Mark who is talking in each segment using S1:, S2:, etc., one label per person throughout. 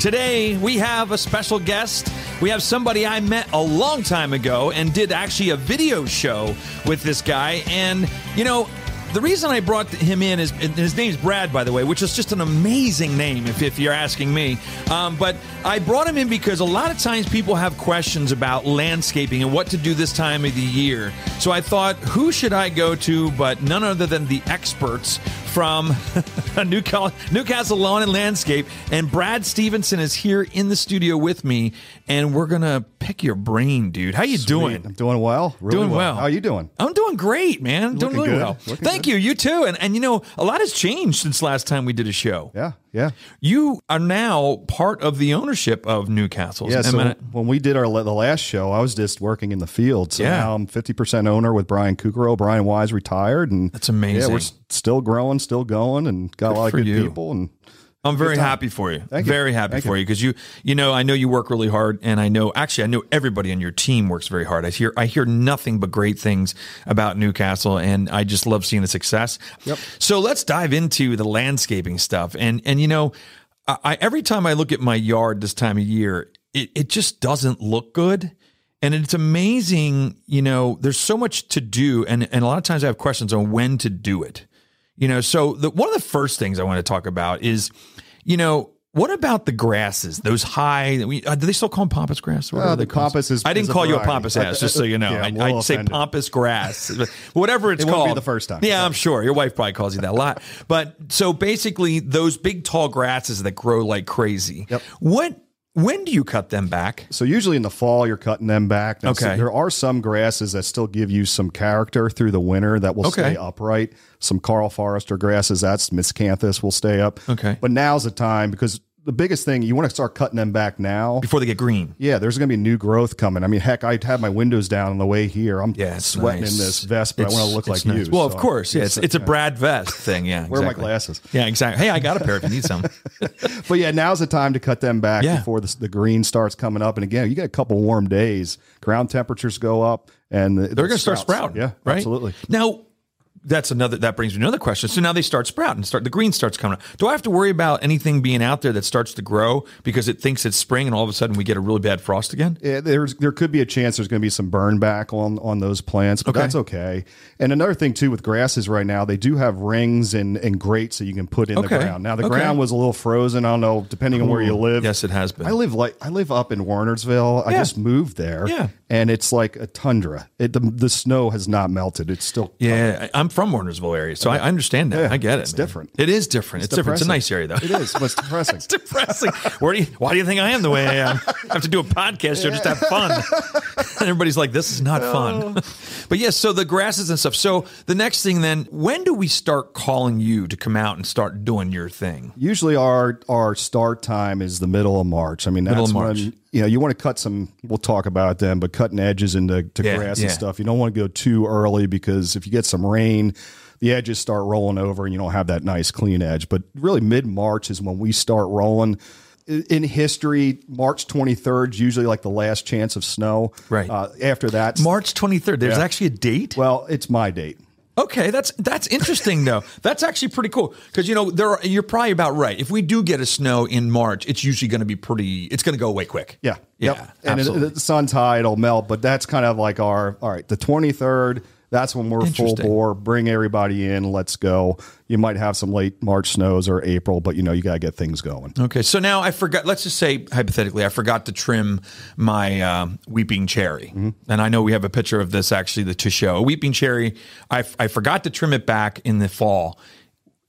S1: Today, we have a special guest. We have somebody I met a long time ago and did actually a video show with this guy. And, you know, the reason I brought him in is and his name's Brad, by the way, which is just an amazing name if, if you're asking me. Um, but I brought him in because a lot of times people have questions about landscaping and what to do this time of the year. So I thought, who should I go to but none other than the experts from Newcastle, Newcastle Lawn and Landscape. And Brad Stevenson is here in the studio with me, and we're gonna pick your brain, dude. How you
S2: I'm
S1: doing?
S2: doing well. Really
S1: Doing well.
S2: How are you doing?
S1: I'm doing great, man. doing
S2: Looking
S1: really
S2: good.
S1: well.
S2: Looking
S1: Thank you. You too. And and you know, a lot has changed since last time we did a show.
S2: Yeah, yeah,
S1: You are now part of the ownership of Newcastle's.
S2: yeah.
S1: Am
S2: So
S1: I-
S2: when we did our the last show, I was just working in the field. So
S1: Yeah.
S2: now I'm 50 percent owner with Brian Kukero. Brian Wise retired, and
S1: That's amazing.
S2: Yeah, we're s- still growing, still going, and got a lot of
S1: for
S2: good
S1: you.
S2: people. And
S1: I'm very happy for you.
S2: Thank you.
S1: very happy
S2: Thank
S1: for you because you, you know, I know you work really hard, and I know actually I know everybody on your team works very hard. I hear I hear nothing but great things about Newcastle, and I just love seeing the success. Yep. So let's dive into the landscaping stuff, and and you know, I, I every time I look at my yard this time of year, it, it just doesn't look good. And it's amazing, you know, there's so much to do. And, and a lot of times I have questions on when to do it. You know, so the, one of the first things I want to talk about is, you know, what about the grasses? Those high, we, uh, do they still call them pampas grass? What
S2: Uh,
S1: are they
S2: the
S1: called?
S2: pampas is-
S1: I didn't
S2: is a
S1: call you a
S2: variety.
S1: pampas ass, just so you know.
S2: Yeah, I'm a
S1: I,
S2: little
S1: would say
S2: offended.
S1: pampas grass, whatever it's
S2: It won't be
S1: called.
S2: the first time.
S1: Yeah, I'm sure your wife probably calls you that a lot. But so basically, those big tall grasses that grow like crazy.
S2: Yep.
S1: What? When do you cut them back?
S2: so usually in the fall, you're cutting them back. Now, so
S1: Okay.
S2: there are some grasses that still give you some character through the winter that will
S1: Okay.
S2: stay upright. Some Carl Forrester grasses, that's miscanthus, will stay up.
S1: Okay.
S2: But now's the time because the biggest thing you want to start cutting them back now
S1: Before they get green.
S2: Yeah, there's going to be new growth coming. I mean, heck, I had my windows down on the way here. I'm
S1: Yeah, it's
S2: sweating
S1: nice.
S2: in this vest, but I want to look
S1: it's
S2: like
S1: nice.
S2: you.
S1: Well,
S2: so
S1: of course, yeah, it's, it's a Brad vest thing. Yeah,
S2: Where are my
S1: exactly.
S2: glasses?
S1: Yeah, exactly. Hey, I got a pair if you need some.
S2: But yeah, now's the time to cut them back
S1: Yeah.
S2: before the, the green starts coming up. And again, you get a couple warm days, ground temperatures go up, and the,
S1: They're going to start sprouting.
S2: Yeah,
S1: right.
S2: absolutely.
S1: Now, that's another. That brings me to another question. So now they start sprouting. Start the green starts coming up. Do I have to worry about anything being out there that starts to grow because it thinks it's spring and all of a sudden we get a really bad frost again?
S2: Yeah, there's there could be a chance there's going to be some burn back on on those plants, but
S1: Okay.
S2: that's okay. And another thing too with grasses right now, they do have rings and and grates that you can put in
S1: Okay.
S2: the ground. Now the
S1: Okay.
S2: ground was a little frozen. I don't know, depending on where you live.
S1: Yes, it has been.
S2: I live like I live up in Warnersville. I
S1: Yeah.
S2: just moved there.
S1: Yeah.
S2: and it's like a tundra. It, the the snow has not melted. It's still
S1: yeah, I- I'm from Warnersville area, so I I understand that.
S2: Yeah,
S1: I get it.
S2: it's
S1: man.
S2: different.
S1: It is different. It's, different. It's a
S2: depressing.
S1: nice area though.
S2: It is. But it's depressing.
S1: It's depressing. Where do you, why do you think I am the way I am? I have to do a podcast show just to have fun. And everybody's like, this is not fun. But yes, so the grasses and stuff. So the next thing then, when do we start calling you to come out and start doing your thing?
S2: Usually our our start time is the middle of March. I mean, that's
S1: Middle of March.
S2: when you know you want to cut some. We'll talk about it then, but cutting edges into to
S1: Yeah,
S2: grass
S1: yeah.
S2: and stuff. You don't want to go too early because if you get some rain, the edges start rolling over, and you don't have that nice clean edge. But really, mid March is when we start rolling. I- In history, March 23rd is usually like the last chance of snow.
S1: Right.
S2: Uh, after that,
S1: March 23rd. There's actually a date.
S2: well, it's my date.
S1: Okay, that's that's interesting though. That's actually pretty cool because you know there are, you're probably about right. If we do get a snow in March, it's usually going to be pretty. It's going to go away quick.
S2: Yeah.
S1: yeah,
S2: Yep. And it,
S1: absolutely.
S2: the sun's high, it'll melt, but that's kind of like our all right, the 23rd, that's when we're full
S1: Interesting.
S2: bore, bring everybody in, let's go. You might have some late March snows or April, but you know, you got to get things going.
S1: Okay, so now I forgot. Let's just say hypothetically, I forgot to trim my um, weeping cherry,
S2: Mm-hmm.
S1: and I know we have a picture of this actually the to show a weeping cherry. I, I forgot to trim it back in the fall.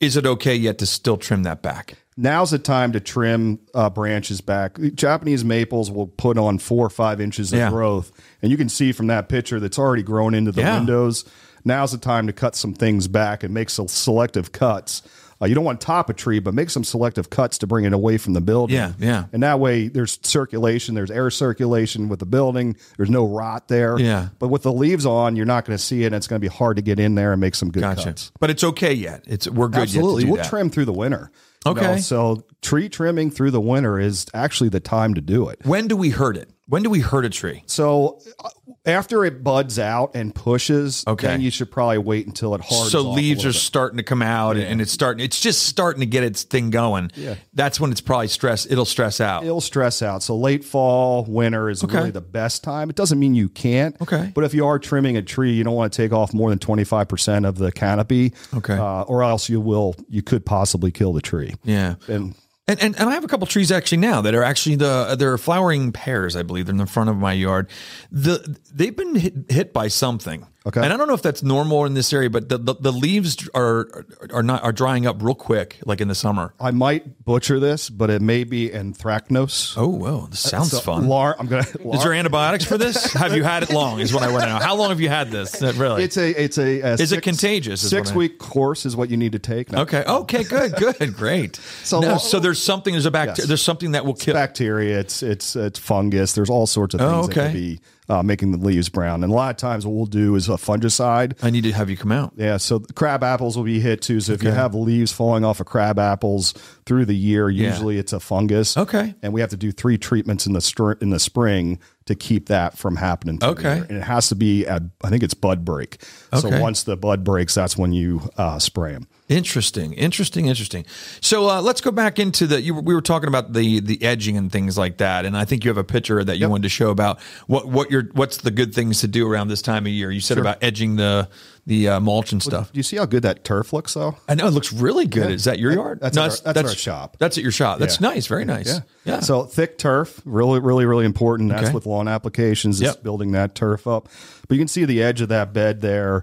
S1: Is it okay yet to still trim that back?
S2: Now's the time to trim uh, branches back. Japanese maples will put on four or five inches of
S1: Yeah.
S2: growth, and you can see from that picture that's already grown into the
S1: Yeah.
S2: windows. Now's the time to cut some things back and make some selective cuts Uh, you don't want to top a tree, but make some selective cuts to bring it away from the building.
S1: Yeah, yeah.
S2: And that way, there's circulation, there's air circulation with the building. There's no rot there.
S1: Yeah.
S2: But with the leaves on, you're not going to see it, and it's going to be hard to get in there and make some good
S1: Gotcha.
S2: cuts.
S1: But it's okay yet. It's we're good.
S2: Absolutely.
S1: Yet to do
S2: We'll
S1: that.
S2: trim through the winter. You
S1: Okay.
S2: know, so tree trimming through the winter is actually the time to do it.
S1: When do we hurt it? When do we hurt a tree?
S2: So uh, after it buds out and pushes,
S1: Okay.
S2: then you should probably wait until it hardens.
S1: so
S2: off a
S1: leaves are
S2: little bit.
S1: starting to come out and it's starting it's just starting to get its thing going
S2: Yeah.
S1: that's when it's probably stress it'll stress out
S2: it'll stress out. So late fall, winter is
S1: Okay.
S2: really the best time. It doesn't mean you can't.
S1: Okay.
S2: But if you are trimming a tree, you don't want to take off more than twenty five percent of the canopy.
S1: Okay.
S2: Uh, or else you will you could possibly kill the tree.
S1: yeah
S2: And
S1: and, and and i have a couple trees actually now that are actually the they're flowering pears i believe they're in the front of my yard the they've been hit, hit by something
S2: Okay.
S1: and i don't know if that's normal in this area but the, the, the leaves are are not are drying up real quick like in the summer
S2: I might butcher this, but it may be anthracnose.
S1: oh whoa this sounds
S2: So
S1: fun
S2: lar- I'm gonna.
S1: is there antibiotics for this? have you had it long? Is what I want to know. How long have you had this? Uh, Really?
S2: it's a it's a, a
S1: Is it contagious, is what
S2: Six week course is what you need to take. Now,
S1: Okay. Okay. Good. Good. Great. So,
S2: So-
S1: so there's something. There's a bacteria.
S2: Yes.
S1: There's something that will kill.
S2: bacteria. It's it's it's fungus. There's all sorts of things
S1: Oh,
S2: that
S1: okay.
S2: could be uh, making the leaves brown. And a lot of times, what we'll do is a fungicide.
S1: I need to have you come out.
S2: Yeah, so the crab apples will be hit too. So if you have leaves falling off of crab apples through the year, usually it's a fungus.
S1: Okay.
S2: and we have to do three treatments in the str- in the spring to keep that from happening. through the
S1: Okay.
S2: year. and it has to be at I think it's bud break.
S1: Okay.
S2: So once the bud breaks, that's when you uh, spray them.
S1: Interesting. Interesting. Interesting. So uh, let's go back into the. You, were- we were talking about the the edging and things like that, and I think you have a picture that you wanted to show about what what your what's the good things to do around this time of year. You said about edging the the uh, mulch and stuff.
S2: Do you see how good that turf looks though?
S1: I know it looks really good. Is that your yard?
S2: That's our-
S1: it's-
S2: that's our shop.
S1: That's at your shop. That's
S2: Yeah.
S1: nice. Very nice. Yeah.
S2: So thick turf, really, really, really important. That's
S1: Okay.
S2: with lawn applications, is
S1: Yep.
S2: building that turf up. But you can see the edge of that bed there.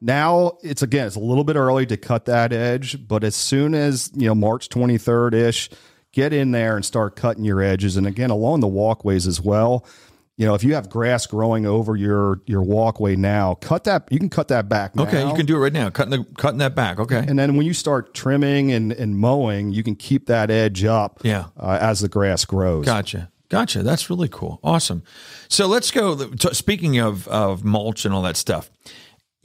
S2: Now it's again, it's a little bit early to cut that edge, but as soon as you know March 23rd ish, get in there and start cutting your edges. And again, along the walkways as well. You know, if you have grass growing over your your walkway now, cut that. You can cut that back. Now.
S1: okay, you can do it right now. Cutting the cutting that back. Okay.
S2: And then when you start trimming and, and mowing, you can keep that edge up
S1: Yeah.
S2: uh, as the grass grows.
S1: Gotcha. Gotcha. That's really cool. Awesome. So let's go. t- Speaking of, of mulch and all that stuff,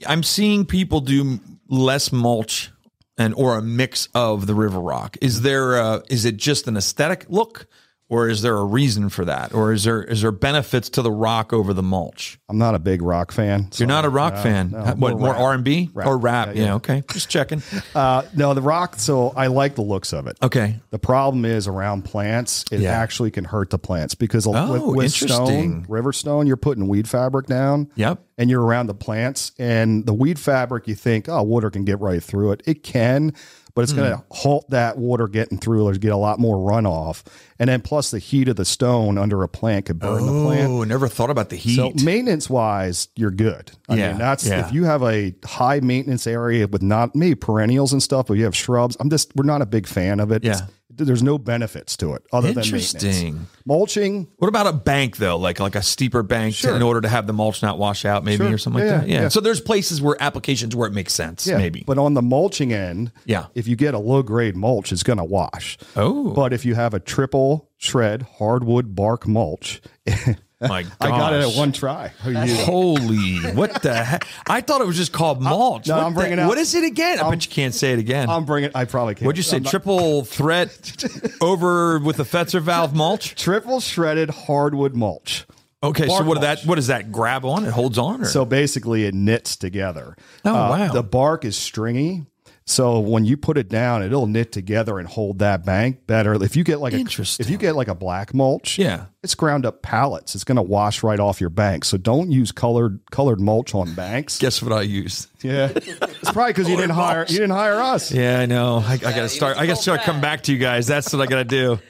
S1: I'm seeing people do less mulch and or a mix of the river rock. Is there a, is it just an aesthetic look or is there a reason for that? Or is there is there benefits to the rock over the mulch?
S2: I'm not a big rock fan. so-
S1: You're not a rock fan. what more
S2: Oh, rap.
S1: R&B or rap?
S2: Yeah,
S1: yeah, okay. Just checking.
S2: Uh, no, the rock. So I like the looks of it.
S1: Okay.
S2: The problem is around plants. It
S1: Yeah.
S2: actually can hurt the plants because a-
S1: Oh,
S2: with, with
S1: interesting.
S2: stone, river stone, you're putting weed fabric down.
S1: Yep.
S2: And you're around the plants, and the weed fabric. You think, oh, water can get right through it. It can,
S1: Hmm.
S2: but it's going to halt that water getting through. There's get a lot more runoff, and then plus the heat of the stone under a plant could burn the plant.
S1: Oh, never thought about the heat.
S2: So maintenance wise, you're good. I
S1: Yeah,
S2: mean, that's
S1: yeah.
S2: if you have a high maintenance area with not maybe perennials and stuff, but you have shrubs. I'm just we're not a big fan of it.
S1: Yeah.
S2: It's- there's no benefits to it other than maintenance.
S1: Interesting.
S2: Mulching,
S1: What about a bank though, like like a steeper bank, to-
S2: Sure.
S1: in order to have the mulch not wash out, maybe
S2: Sure.
S1: or something
S2: Yeah,
S1: like that. Yeah.
S2: yeah.
S1: So there's places where applications where it makes sense,
S2: yeah,
S1: maybe.
S2: But on the mulching end,
S1: Yeah.
S2: if you get a low grade mulch, it's gonna wash.
S1: oh
S2: But if you have a triple shred hardwood bark mulch,
S1: my god!
S2: I got it at one try. Who you-
S1: Holy, what the heck? I thought it was just called mulch.
S2: no,
S1: what
S2: I'm
S1: the-
S2: bringing out-
S1: What is it again? I bet you can't say it again.
S2: I'm bringing. I probably can't. Um,
S1: What'd you say?
S2: I'm not-
S1: Triple threat over with the Fetzer valve mulch.
S2: triple shredded hardwood mulch.
S1: Okay, so
S2: Bark
S1: what did
S2: mulch.
S1: that? What does that grab on? It holds on, or
S2: So basically, it knits together. Uh,
S1: Oh, wow.
S2: The bark is stringy. So when you put it down, it'll knit together and hold that bank better. If you get like a
S1: Interesting.
S2: if you get like a black mulch,
S1: Yeah.
S2: it's ground up pallets. It's going to wash right off your bank. So don't use colored colored mulch on banks.
S1: guess what I used?
S2: Yeah, it's probably because you didn't hire you didn't hire us.
S1: Yeah, I know. I, I gotta start. I gotta
S3: call
S1: start come back to you guys. That's what I gotta do.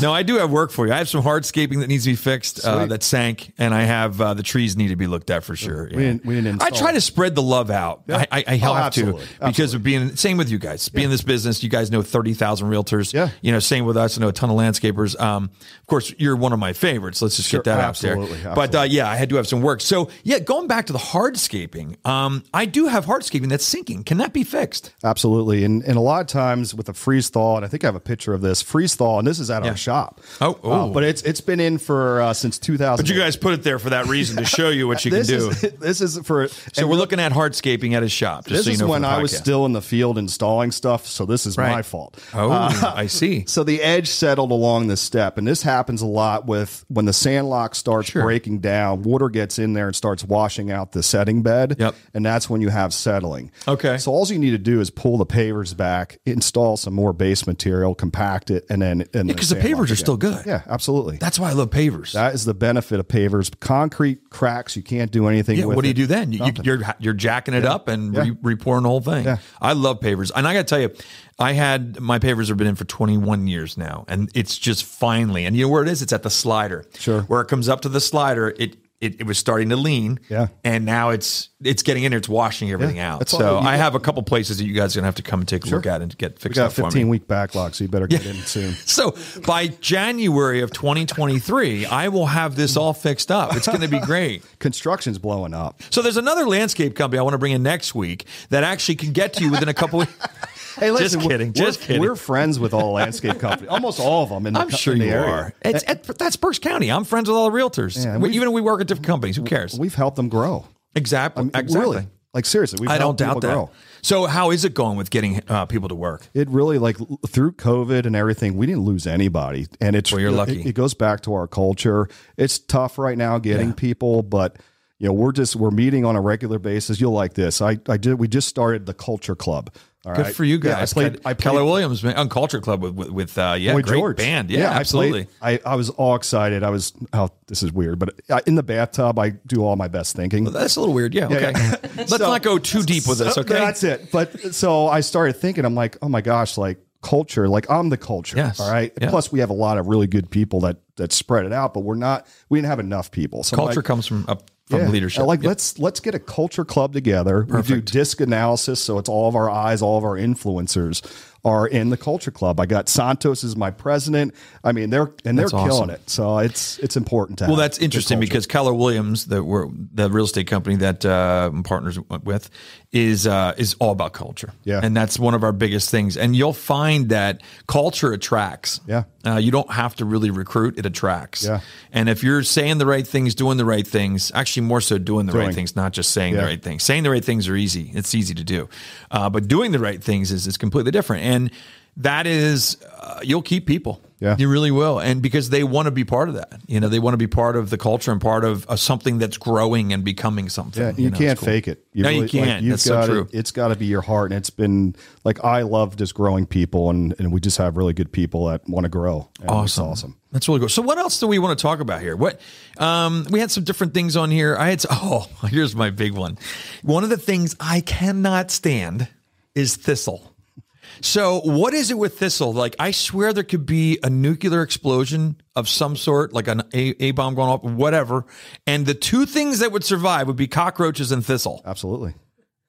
S1: No, I do have work for you. I have some hardscaping that needs to be fixed uh, that sank, and I have uh, the trees need to be looked at for sure. yeah.
S2: didn't- we didn't
S1: I
S2: install
S1: try to spread the love out. I, I, I
S2: Oh,
S1: have to
S2: absolutely.
S1: because of being same with you guys. Being in this business, you guys know thirty thousand realtors.
S2: Yeah.
S1: you know, same with us. I know a ton of landscapers. Um, of course, you're one of my favorites. Let's just
S2: Sure,
S1: get that
S2: absolutely,
S1: out there. But uh,
S2: absolutely.
S1: yeah, I had to have some work. So yeah, going back to the hardscaping, um, I do have hardscaping that's sinking. Can that be fixed?
S2: Absolutely. And and a lot of times with a freeze thaw, and I think I have a picture of this freeze thaw, and this is at
S1: Yeah.
S2: our shop. Uh,
S1: Oh, oh.
S2: but it's it's been in for uh, since 2000.
S1: But you guys put it there for that reason to show you what you can
S2: this
S1: do.
S2: is this is for
S1: so we're looking at hardscaping at his shop. Just
S2: this
S1: so you
S2: is
S1: know for
S2: when
S1: the
S2: I was
S1: podcast.
S2: still in the field installing stuff, so this is
S1: Right.
S2: my fault.
S1: Oh,
S2: uh,
S1: I see.
S2: So the edge settled along the step, and this happens a lot with when the sandlock starts breaking down, water gets in there and starts washing out the setting bed,
S1: Yep.
S2: and that's when you have settling.
S1: Okay.
S2: So all you need to do is pull the pavers back, install some more base material, compact it, and then and
S1: Because the pavers are still good.
S2: yeah, absolutely.
S1: That's why I love pavers.
S2: that is the benefit of pavers. Concrete cracks, you can't do anything.
S1: yeah,
S2: with
S1: what do you
S2: it.
S1: do then? You, you, you're you're jacking it up and re, repouring the whole thing. I love pavers, and I got to tell you, I had my pavers have been in for 21 years now, and it's just finally. And you know where it is? It's at the slider.
S2: Sure.
S1: Where it comes up to the slider, it it, it was starting to lean.
S2: Yeah.
S1: And now it's it's getting in. there. It's washing everything
S2: Yeah,
S1: out.
S2: that's all
S1: So
S2: you
S1: I
S2: got.
S1: have a couple places that you guys are gonna have to come and take a look at and get
S2: We
S1: fixed
S2: got a
S1: up for me.
S2: 15 week backlog, so you better get in soon.
S1: So by January of 2023, I will have this all fixed up. It's going to be great.
S2: Construction's blowing up.
S1: So there's another landscape company I want to bring in next week that actually can get to you within a couple of
S2: Hey, listen,
S1: Just kidding,
S2: We're,
S1: just
S2: we're-
S1: kidding.
S2: We're friends with all landscape companies, almost all of them. In the,
S1: I'm
S2: co-
S1: sure
S2: in the
S1: you
S2: area.
S1: are. It's, at, that's Berks County. I'm friends with all the realtors.
S2: Yeah,
S1: we,
S2: we've-
S1: even if we work at different companies, who cares?
S2: We've helped them grow.
S1: exactly. exactly.
S2: Really, like seriously, we've
S1: I don't
S2: helped
S1: doubt
S2: people
S1: that.
S2: Grow.
S1: So how is it going with getting uh, people to work?
S2: It really like l- through COVID and everything, we didn't lose anybody, and it's
S1: Well, you're
S2: it-
S1: lucky.
S2: It, goes back to our culture. It's tough right now getting people, but you know we're just we're meeting on a regular basis. You'll like this. I I did. We just started the Culture Club. All
S1: Good
S2: right?
S1: for you guys.
S2: Yeah, I played. I played
S1: Keller Williams man, on Culture Club with with, with uh, yeah,
S2: Boy
S1: great
S2: George.
S1: band. Yeah,
S2: I
S1: absolutely.
S2: played- I, I, was all excited. I was, oh, this is weird, but I, in the bathtub, I do all my best thinking.
S1: That's a little weird. Yeah. Okay.
S2: yeah.
S1: Let's
S2: So-
S1: not go too deep with this.
S2: So
S1: Okay.
S2: That's it. But so I started thinking, I'm like, oh my gosh, like culture, like I'm the culture.
S1: Yes.
S2: All right.
S1: Yeah.
S2: Plus, we have a lot of really good people that that spread it out, but we're not, we didn't have enough people. So I'm
S1: Culture
S2: like,
S1: comes from up from
S2: yeah.
S1: leadership.
S2: Like
S1: Yeah.
S2: let's let's get a culture club together. We do disc analysis, so it's all of our eyes, all of our influencers are in the culture club. I got Santos is my president. I mean, they're and they're
S1: That's
S2: killing
S1: awesome.
S2: it. So it's it's important to
S1: Well,
S2: have
S1: that's
S2: good
S1: interesting
S2: culture.
S1: because Keller Williams, that we're the real estate company that uh, I'm partners with, is uh, is all about culture.
S2: Yeah.
S1: and that's one of our biggest things. And you'll find that culture attracts.
S2: Yeah.
S1: uh, you don't have to really recruit; it attracts.
S2: Yeah.
S1: and if you're saying the right things, doing the right things, actually more so doing the right
S2: Doing.
S1: things, not just saying the
S2: Yeah.
S1: right things. Saying the right things are easy; it's easy to do, uh, but doing the right things is is completely different. And that is, uh, you'll keep people.
S2: Yeah.
S1: You really will. And because they want to be part of that. You know, they want to be part of the culture and part of uh, something that's growing and becoming something.
S2: Yeah, you,
S1: know,
S2: can't
S1: it's cool.
S2: fake it.
S1: No, you
S2: like,
S1: can't.
S2: you've
S1: That's so
S2: gotta-
S1: true.
S2: It's got to be your heart, and it's been like I love just growing people, and and we just have really good people that want to grow. and it's
S1: Awesome.
S2: awesome.
S1: That's really cool. So what else do we want to talk about here? What um, we had some different things on here. I had s- oh, here's my big one. One of the things I cannot stand is thistle. So what is it with thistle? Like I swear there could be a nuclear explosion of some sort, like an a, a bomb going off, whatever, and the two things that would survive would be cockroaches and thistle.
S2: Absolutely,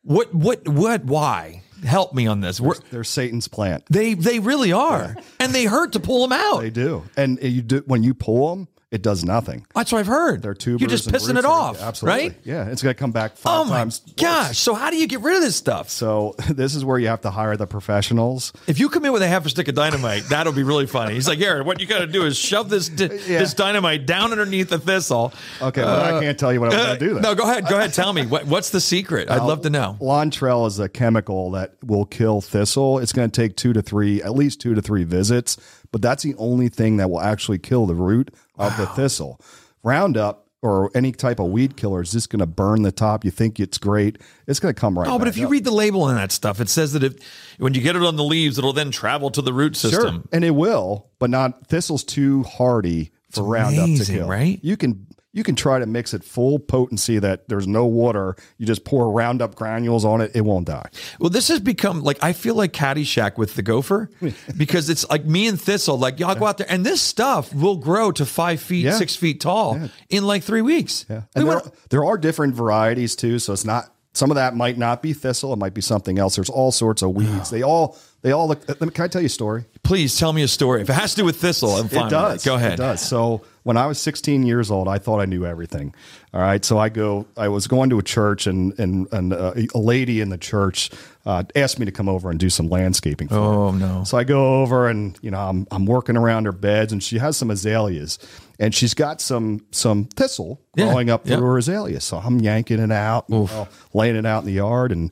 S1: What? What? What? Why? Help me on this. We're,
S2: they're Satan's plant.
S1: they they really are, and they hurt to pull them out.
S2: They do, and you do when you pull them, it does nothing.
S1: That's what I've heard.
S2: They're tubers.
S1: You're just
S2: and
S1: pissing
S2: roots
S1: it
S2: are-
S1: off,
S2: Absolutely.
S1: right?
S2: Yeah, it's going to come back five
S1: Oh my
S2: times. worse.
S1: gosh! So how do you get rid of this stuff?
S2: So this is where you have to hire the professionals.
S1: If you come in with a half a stick of dynamite, that'll be really funny. He's like, Aaron, what you got to do is shove this di-
S2: Yeah.
S1: this dynamite down underneath the thistle. Uh,
S2: Okay, but I can't tell you what I'm going to do. Then.
S1: No, go ahead. Go ahead. Tell me what, what's the secret. I'd love to know.
S2: Lontrell is a chemical that will kill thistle. It's going to take two to three, at least two to three visits, but that's the only thing that will actually kill the root of the thistle. Roundup or any type of weed killer is just going to burn the top. You think it's great, it's going to come right.
S1: Oh, but
S2: back
S1: if you
S2: up.
S1: read the label on that stuff, it says that if when you get it on the leaves, it'll then travel to the root system.
S2: and it will, but not thistle's too hardy for Roundup
S1: amazing,
S2: to kill.
S1: right?
S2: You can you can try to mix it full potency that there's no water. You just pour Roundup granules on it; it won't die.
S1: Well, this has become like I feel like Caddyshack with the gopher because it's like me and Thistle, like y'all go out there, and this stuff will grow to five feet,
S2: Yeah.
S1: six feet tall in like three weeks.
S2: Yeah.
S1: We
S2: And there,
S1: went,
S2: are, there are different varieties too, so it's not some of that might not be thistle, it might be something else. There's all sorts of weeds. They all they all look let me, can I tell you a story?
S1: please tell me a story. If it has to do with Thistle, I'm fine.
S2: It
S1: with
S2: does.
S1: Go ahead.
S2: It does. So When I was 16 years old, I thought I knew everything. All right, so I go. I was going to a church, and and and uh, a lady in the church uh, asked me to come over and do some landscaping. For
S1: Oh,
S2: her.
S1: no.
S2: So I go over, and you know, I'm I'm working around her beds, and she has some azaleas, and she's got some some thistle
S1: Yeah,
S2: growing up
S1: yeah.
S2: through her azalea. So I'm yanking it out, you know, laying it out in the yard, and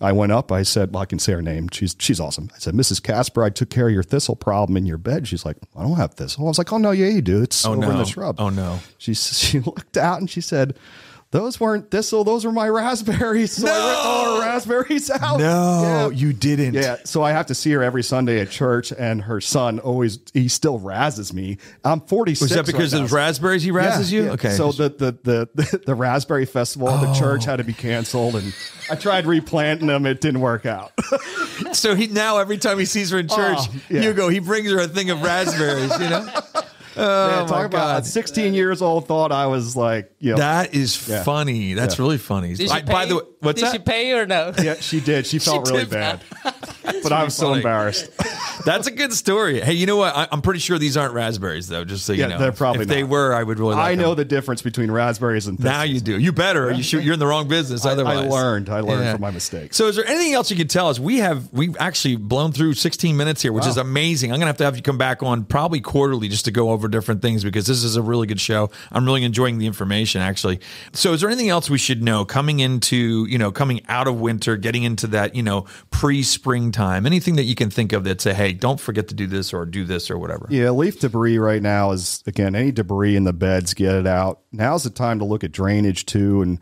S2: I went up. I said, "Well, I can say her name. She's she's awesome." I said, "Mrs. Casper, I took care of your thistle problem in your bed." She's like, "I don't have thistle." I was like, "Oh no, yeah, you do. It's over in
S1: no.
S2: the shrub."
S1: Oh, no.
S2: She s- she looked out and she said. Those weren't thistle. Those were my raspberries. So I ripped all her raspberries
S3: Oh,
S2: out. Yeah.
S1: you didn't.
S2: Yeah, so I have to see her every Sunday at church, and her son always he still razzes me. I'm 46.
S1: Was that because
S2: right
S1: of
S2: now.
S1: raspberries he razzes
S2: Yeah,
S1: you?
S2: yeah.
S1: Okay. Oh.
S2: So the the the the raspberry festival, at the church had to be canceled, and I tried replanting them. It didn't work out.
S1: So he now every time he sees her in church,
S2: Oh, yeah.
S1: Hugo, he brings her a thing of raspberries, you know? Oh
S2: Yeah,
S1: my
S2: talk about
S1: god.
S2: at 16 years old. Thought I was like, you know,
S1: That is
S2: Yeah.
S1: funny. That's really funny.
S3: Did she
S1: I- by
S3: pay-
S1: the way, what's
S3: did
S1: that?
S3: she pay or no?
S2: yeah, she did. She felt really
S1: did
S2: bad, but I was so
S1: funny.
S2: embarrassed.
S1: That's a good story. Hey, you know what? I, I'm pretty sure these aren't raspberries though. Just so you
S2: Yeah,
S1: know,
S2: they're probably
S1: If they
S2: not.
S1: were, I would really. Like
S2: I know
S1: them.
S2: the difference between raspberries and
S1: Now
S2: thistles.
S1: you do. You better. You shoot. You're in the wrong business. Otherwise,
S2: learned. I learned from my mistakes.
S1: So, is there anything else you can tell us? We have we've actually blown through 16 minutes here, which is amazing. I'm gonna have to have you come back on probably quarterly just to go over different things because this is a really good show. I'm really enjoying the information actually. So, is there anything else we should know coming into you know coming out of winter, getting into that you know pre springtime? Anything that you can think of that say, hey, don't forget to do this or do this or whatever.
S2: Yeah, leaf debris right now is again any debris in the beds, get it out. Now's the time to look at drainage too. And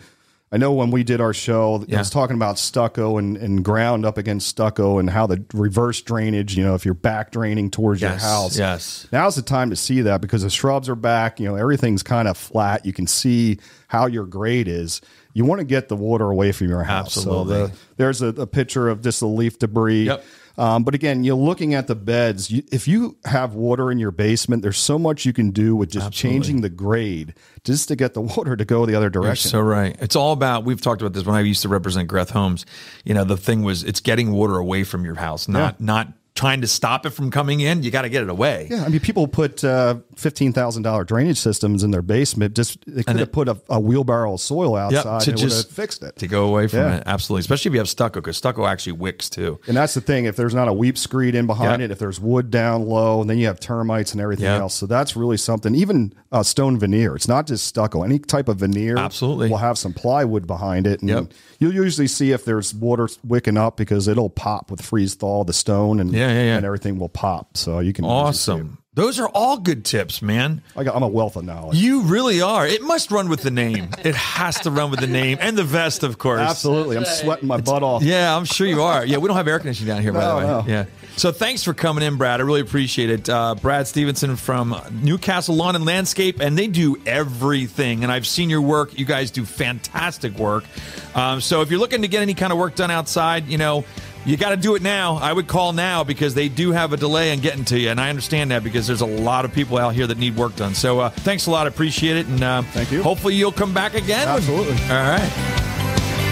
S2: I know when we did our show,
S1: Yeah.
S2: it was talking about stucco and, and ground up against stucco and how the reverse drainage, you know, if you're back draining towards your
S1: Yes,
S2: house.
S1: yes.
S2: Now's the time to see that because the shrubs are back, you know, everything's kind of flat. You can see how your grade is. You want to get the water away from your house. So
S1: Absolutely.
S2: the, there's a, a picture of just the leaf debris.
S1: Yep.
S2: Um, but again, you're looking at the beds. You, if you have water in your basement, there's so much you can do with just changing the grade just to get the water to go the other direction.
S1: So right, it's all about. We've talked about this when I used to represent Greth Homes. You know, the thing was it's getting water away from your house, not not trying to stop it from coming in. You got to get it away.
S2: yeah, I mean, people put uh, fifteen thousand dollar drainage systems in their basement. Just they could have put a, a wheelbarrow of soil
S1: Yep,
S2: outside and it would have fixed it.
S1: to go away from
S2: Yeah.
S1: it. Absolutely, especially if you have stucco, because stucco actually wicks too.
S2: And that's the thing. If there's not a weep screed in behind
S1: Yep.
S2: it, if there's wood down low, and then you have termites and everything
S1: Yep.
S2: else, so that's really something. Even uh, stone veneer. It's not just stucco. Any type of veneer,
S1: Absolutely.
S2: will have some plywood behind it, and
S1: Yep.
S2: you'll usually see if there's water wicking up because it'll pop with freeze thaw the stone, and
S1: Yeah, yeah, yeah.
S2: and everything will pop. So you can usually see it.
S1: Awesome. Those are all good tips, man.
S2: I got, I'm a wealth of knowledge.
S1: You really are. It must run with the name. It has to run with the name and the vest, of course.
S2: Absolutely, I'm sweating my butt off.
S1: Yeah, I'm sure you are. Yeah, we don't have air conditioning down here, by the
S2: No,
S1: way.
S2: no.
S1: Yeah. So thanks for coming in, Brad. I really appreciate it. Uh, Brad Stevenson from Newcastle Lawn and Landscape, and they do everything. And I've seen your work. You guys do fantastic work. Um, so if you're looking to get any kind of work done outside, you know, you got to do it now. I would call now because they do have a delay in getting to you. And I understand that because there's a lot of people out here that need work done. So uh, thanks a lot. I appreciate it. And uh,
S2: Thank you.
S1: Hopefully you'll come back again.
S2: Absolutely.
S1: All right.